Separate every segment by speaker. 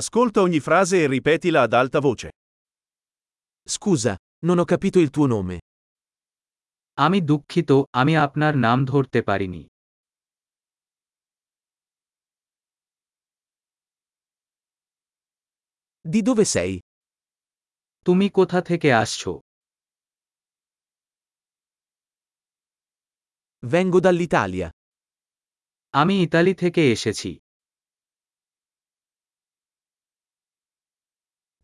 Speaker 1: Ascolta ogni frase e ripetila ad alta voce.
Speaker 2: Scusa, non ho capito il tuo nome.
Speaker 3: আমি দুঃখিত আমি আপনার নাম ধরতে পারিনি
Speaker 2: Di dove sei?
Speaker 3: তুমি কোথা থেকে আসছো
Speaker 2: Vengo dall'Italia.
Speaker 3: আমি ইতালি থেকে এসেছি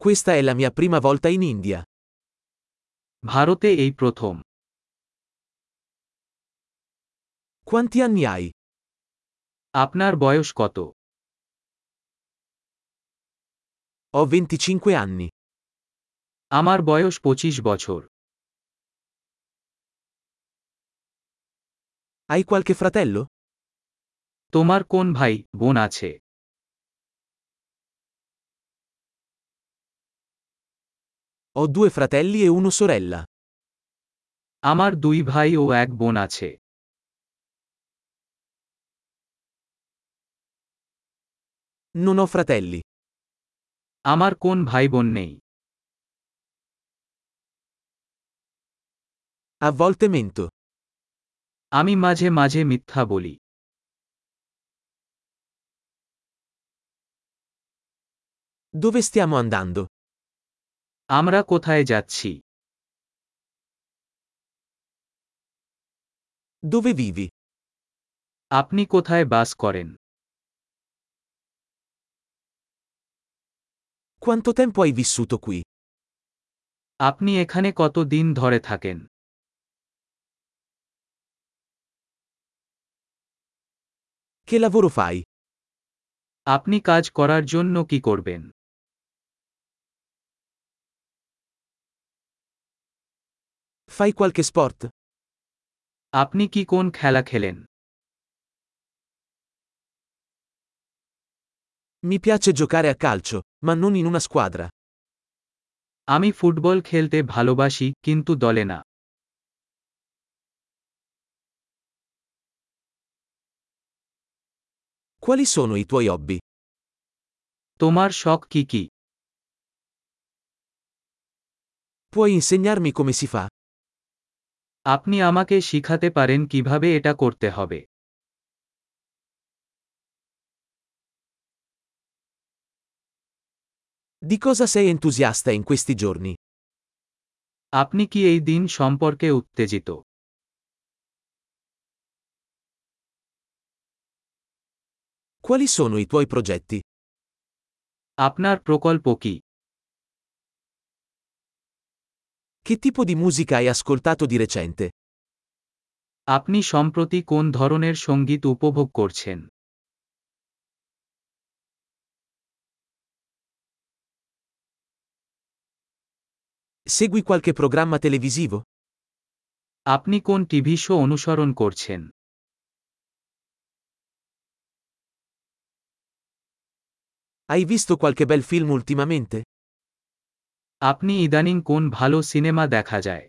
Speaker 2: Questa è la mia prima volta in India.
Speaker 3: ভারতে এই প্রথম
Speaker 2: Quanti anni hai?
Speaker 3: আপনার বয়স কত
Speaker 2: Ho 25 anni.
Speaker 3: আমার বয়স পঁচিশ বছর
Speaker 2: Hai qualche fratello?
Speaker 3: তোমার কোন ভাই বোন আছে
Speaker 2: Ho due fratelli e una sorella.
Speaker 3: আমার দুই ভাই ও এক বোন আছে
Speaker 2: Non ho fratelli.
Speaker 3: আমার কোন ভাই বোন নেই
Speaker 2: A volte mento.
Speaker 3: আমি মাঝে মাঝে মিথ্যা বলি
Speaker 2: Dove stiamo andando?
Speaker 3: আমরা কোথায় যাচ্ছি
Speaker 2: Dove vivi?
Speaker 3: আপনি কোথায় বাস করেন
Speaker 2: Quanto tempo hai vissuto qui?
Speaker 3: আপনি এখানে কত দিন ধরে থাকেন
Speaker 2: Che lavoro fai?
Speaker 3: আপনি কাজ করার জন্য কি করবেন
Speaker 2: Fai qualche sport?
Speaker 3: আপনি কি কোন খেলা খেলেন
Speaker 2: Mi piace giocare a calcio, ma non in una squadra.
Speaker 3: আমি ফুটবল খেলতে ভালোবাসি কিন্তু দলে না
Speaker 2: Quali sono i tuoi hobby?
Speaker 3: তোমার শখ কি কি
Speaker 2: Puoi insegnarmi come si fa?
Speaker 3: আপনি আমাকে শিখাতে পারেন কিভাবে এটা করতে হবে
Speaker 2: Di cosa sei entusiasta in questi giorni?
Speaker 3: আপনি কি এই দিন সম্পর্কে উত্তেজিত
Speaker 2: Quali sono i tuoi progetti?
Speaker 3: আপনার প্রকল্প কি
Speaker 2: Che tipo di musica hai ascoltato di recente?
Speaker 3: আপনি সম্প্রতি কোন ধরনের সঙ্গীত উপভোগ করছেন
Speaker 2: Segui qualche programma televisivo?
Speaker 3: আপনি কোন টিভি শো অনুসরণ করছেন
Speaker 2: Hai visto qualche bel film ultimamente?
Speaker 3: আপনি ইদানিং কোন ভালো সিনেমা দেখা যায়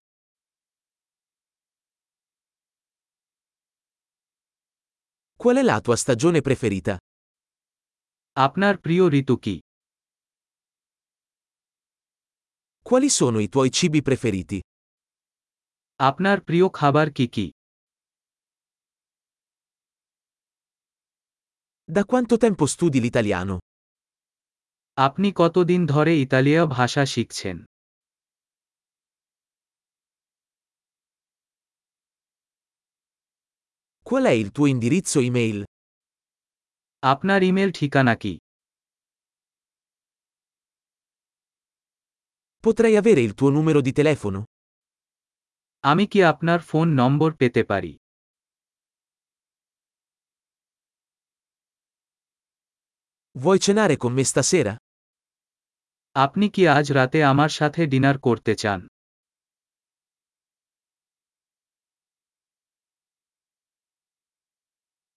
Speaker 2: Qual è la tua stagione preferita?
Speaker 3: আপনার প্রিয় ঋতু কি
Speaker 2: Quali sono i tuoi cibi preferiti?
Speaker 3: আপনার প্রিয় খাবার কি কি
Speaker 2: Da quanto tempo studi l'italiano?
Speaker 3: আপনি কতদিন ধরে ইতালীয় ভাষা শিখছেন
Speaker 2: Qual è il tuo indirizzo email?
Speaker 3: আপনার ইমেল ঠিকানা কি
Speaker 2: Potrei avere il tuo numero di telefono?
Speaker 3: আমি কি আপনার ফোন নম্বর পেতে পারি
Speaker 2: Vuoi cenare con me stasera?
Speaker 3: আপনি কি আজ রাতে আমার সাথে ডিনার করতে চান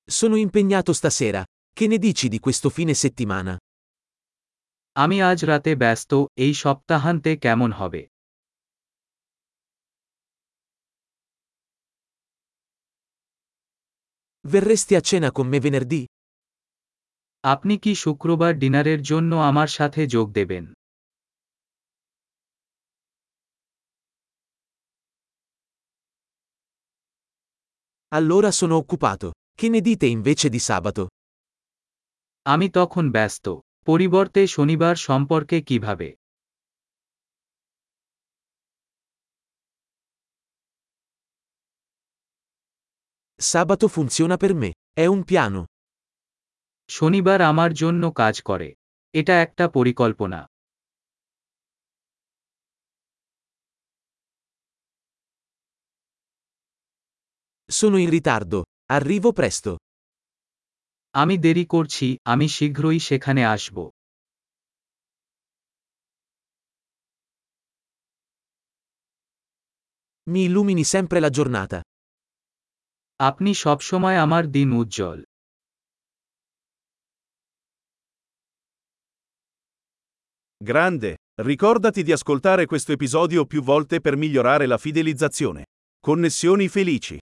Speaker 2: Sono impegnato stasera. Che ne dici di questo fine settimana?
Speaker 3: আমি আজ রাতে ব্যস্ত এই সপ্তাহান্তে কেমন হবে
Speaker 2: Verresti a cena con me venerdì?
Speaker 3: আপনি কি শুক্রবার ডিনারের জন্য আমার সাথে যোগ দেবেন
Speaker 2: Allora sono occupato. Che ne dite invece di sabato?
Speaker 3: আমি তখন ব্যস্ত পরিবর্তে শনিবার সম্পর্কে কিভাবে
Speaker 2: Sabato funziona per me. È un piano.
Speaker 3: শনিবার আমার জন্য কাজ করে এটা একটা পরিকল্পনা
Speaker 2: Sono in ritardo. Arrivo presto.
Speaker 3: আমি দেরি করছি আমি শীঘ্রই সেখানে আসব
Speaker 2: Mi illumini sempre la giornata.
Speaker 3: আপনি সবসময় আমার দিন উজ্জ্বল
Speaker 1: Grande! Ricordati di ascoltare questo episodio più volte per migliorare la fidelizzazione. Connessioni felici!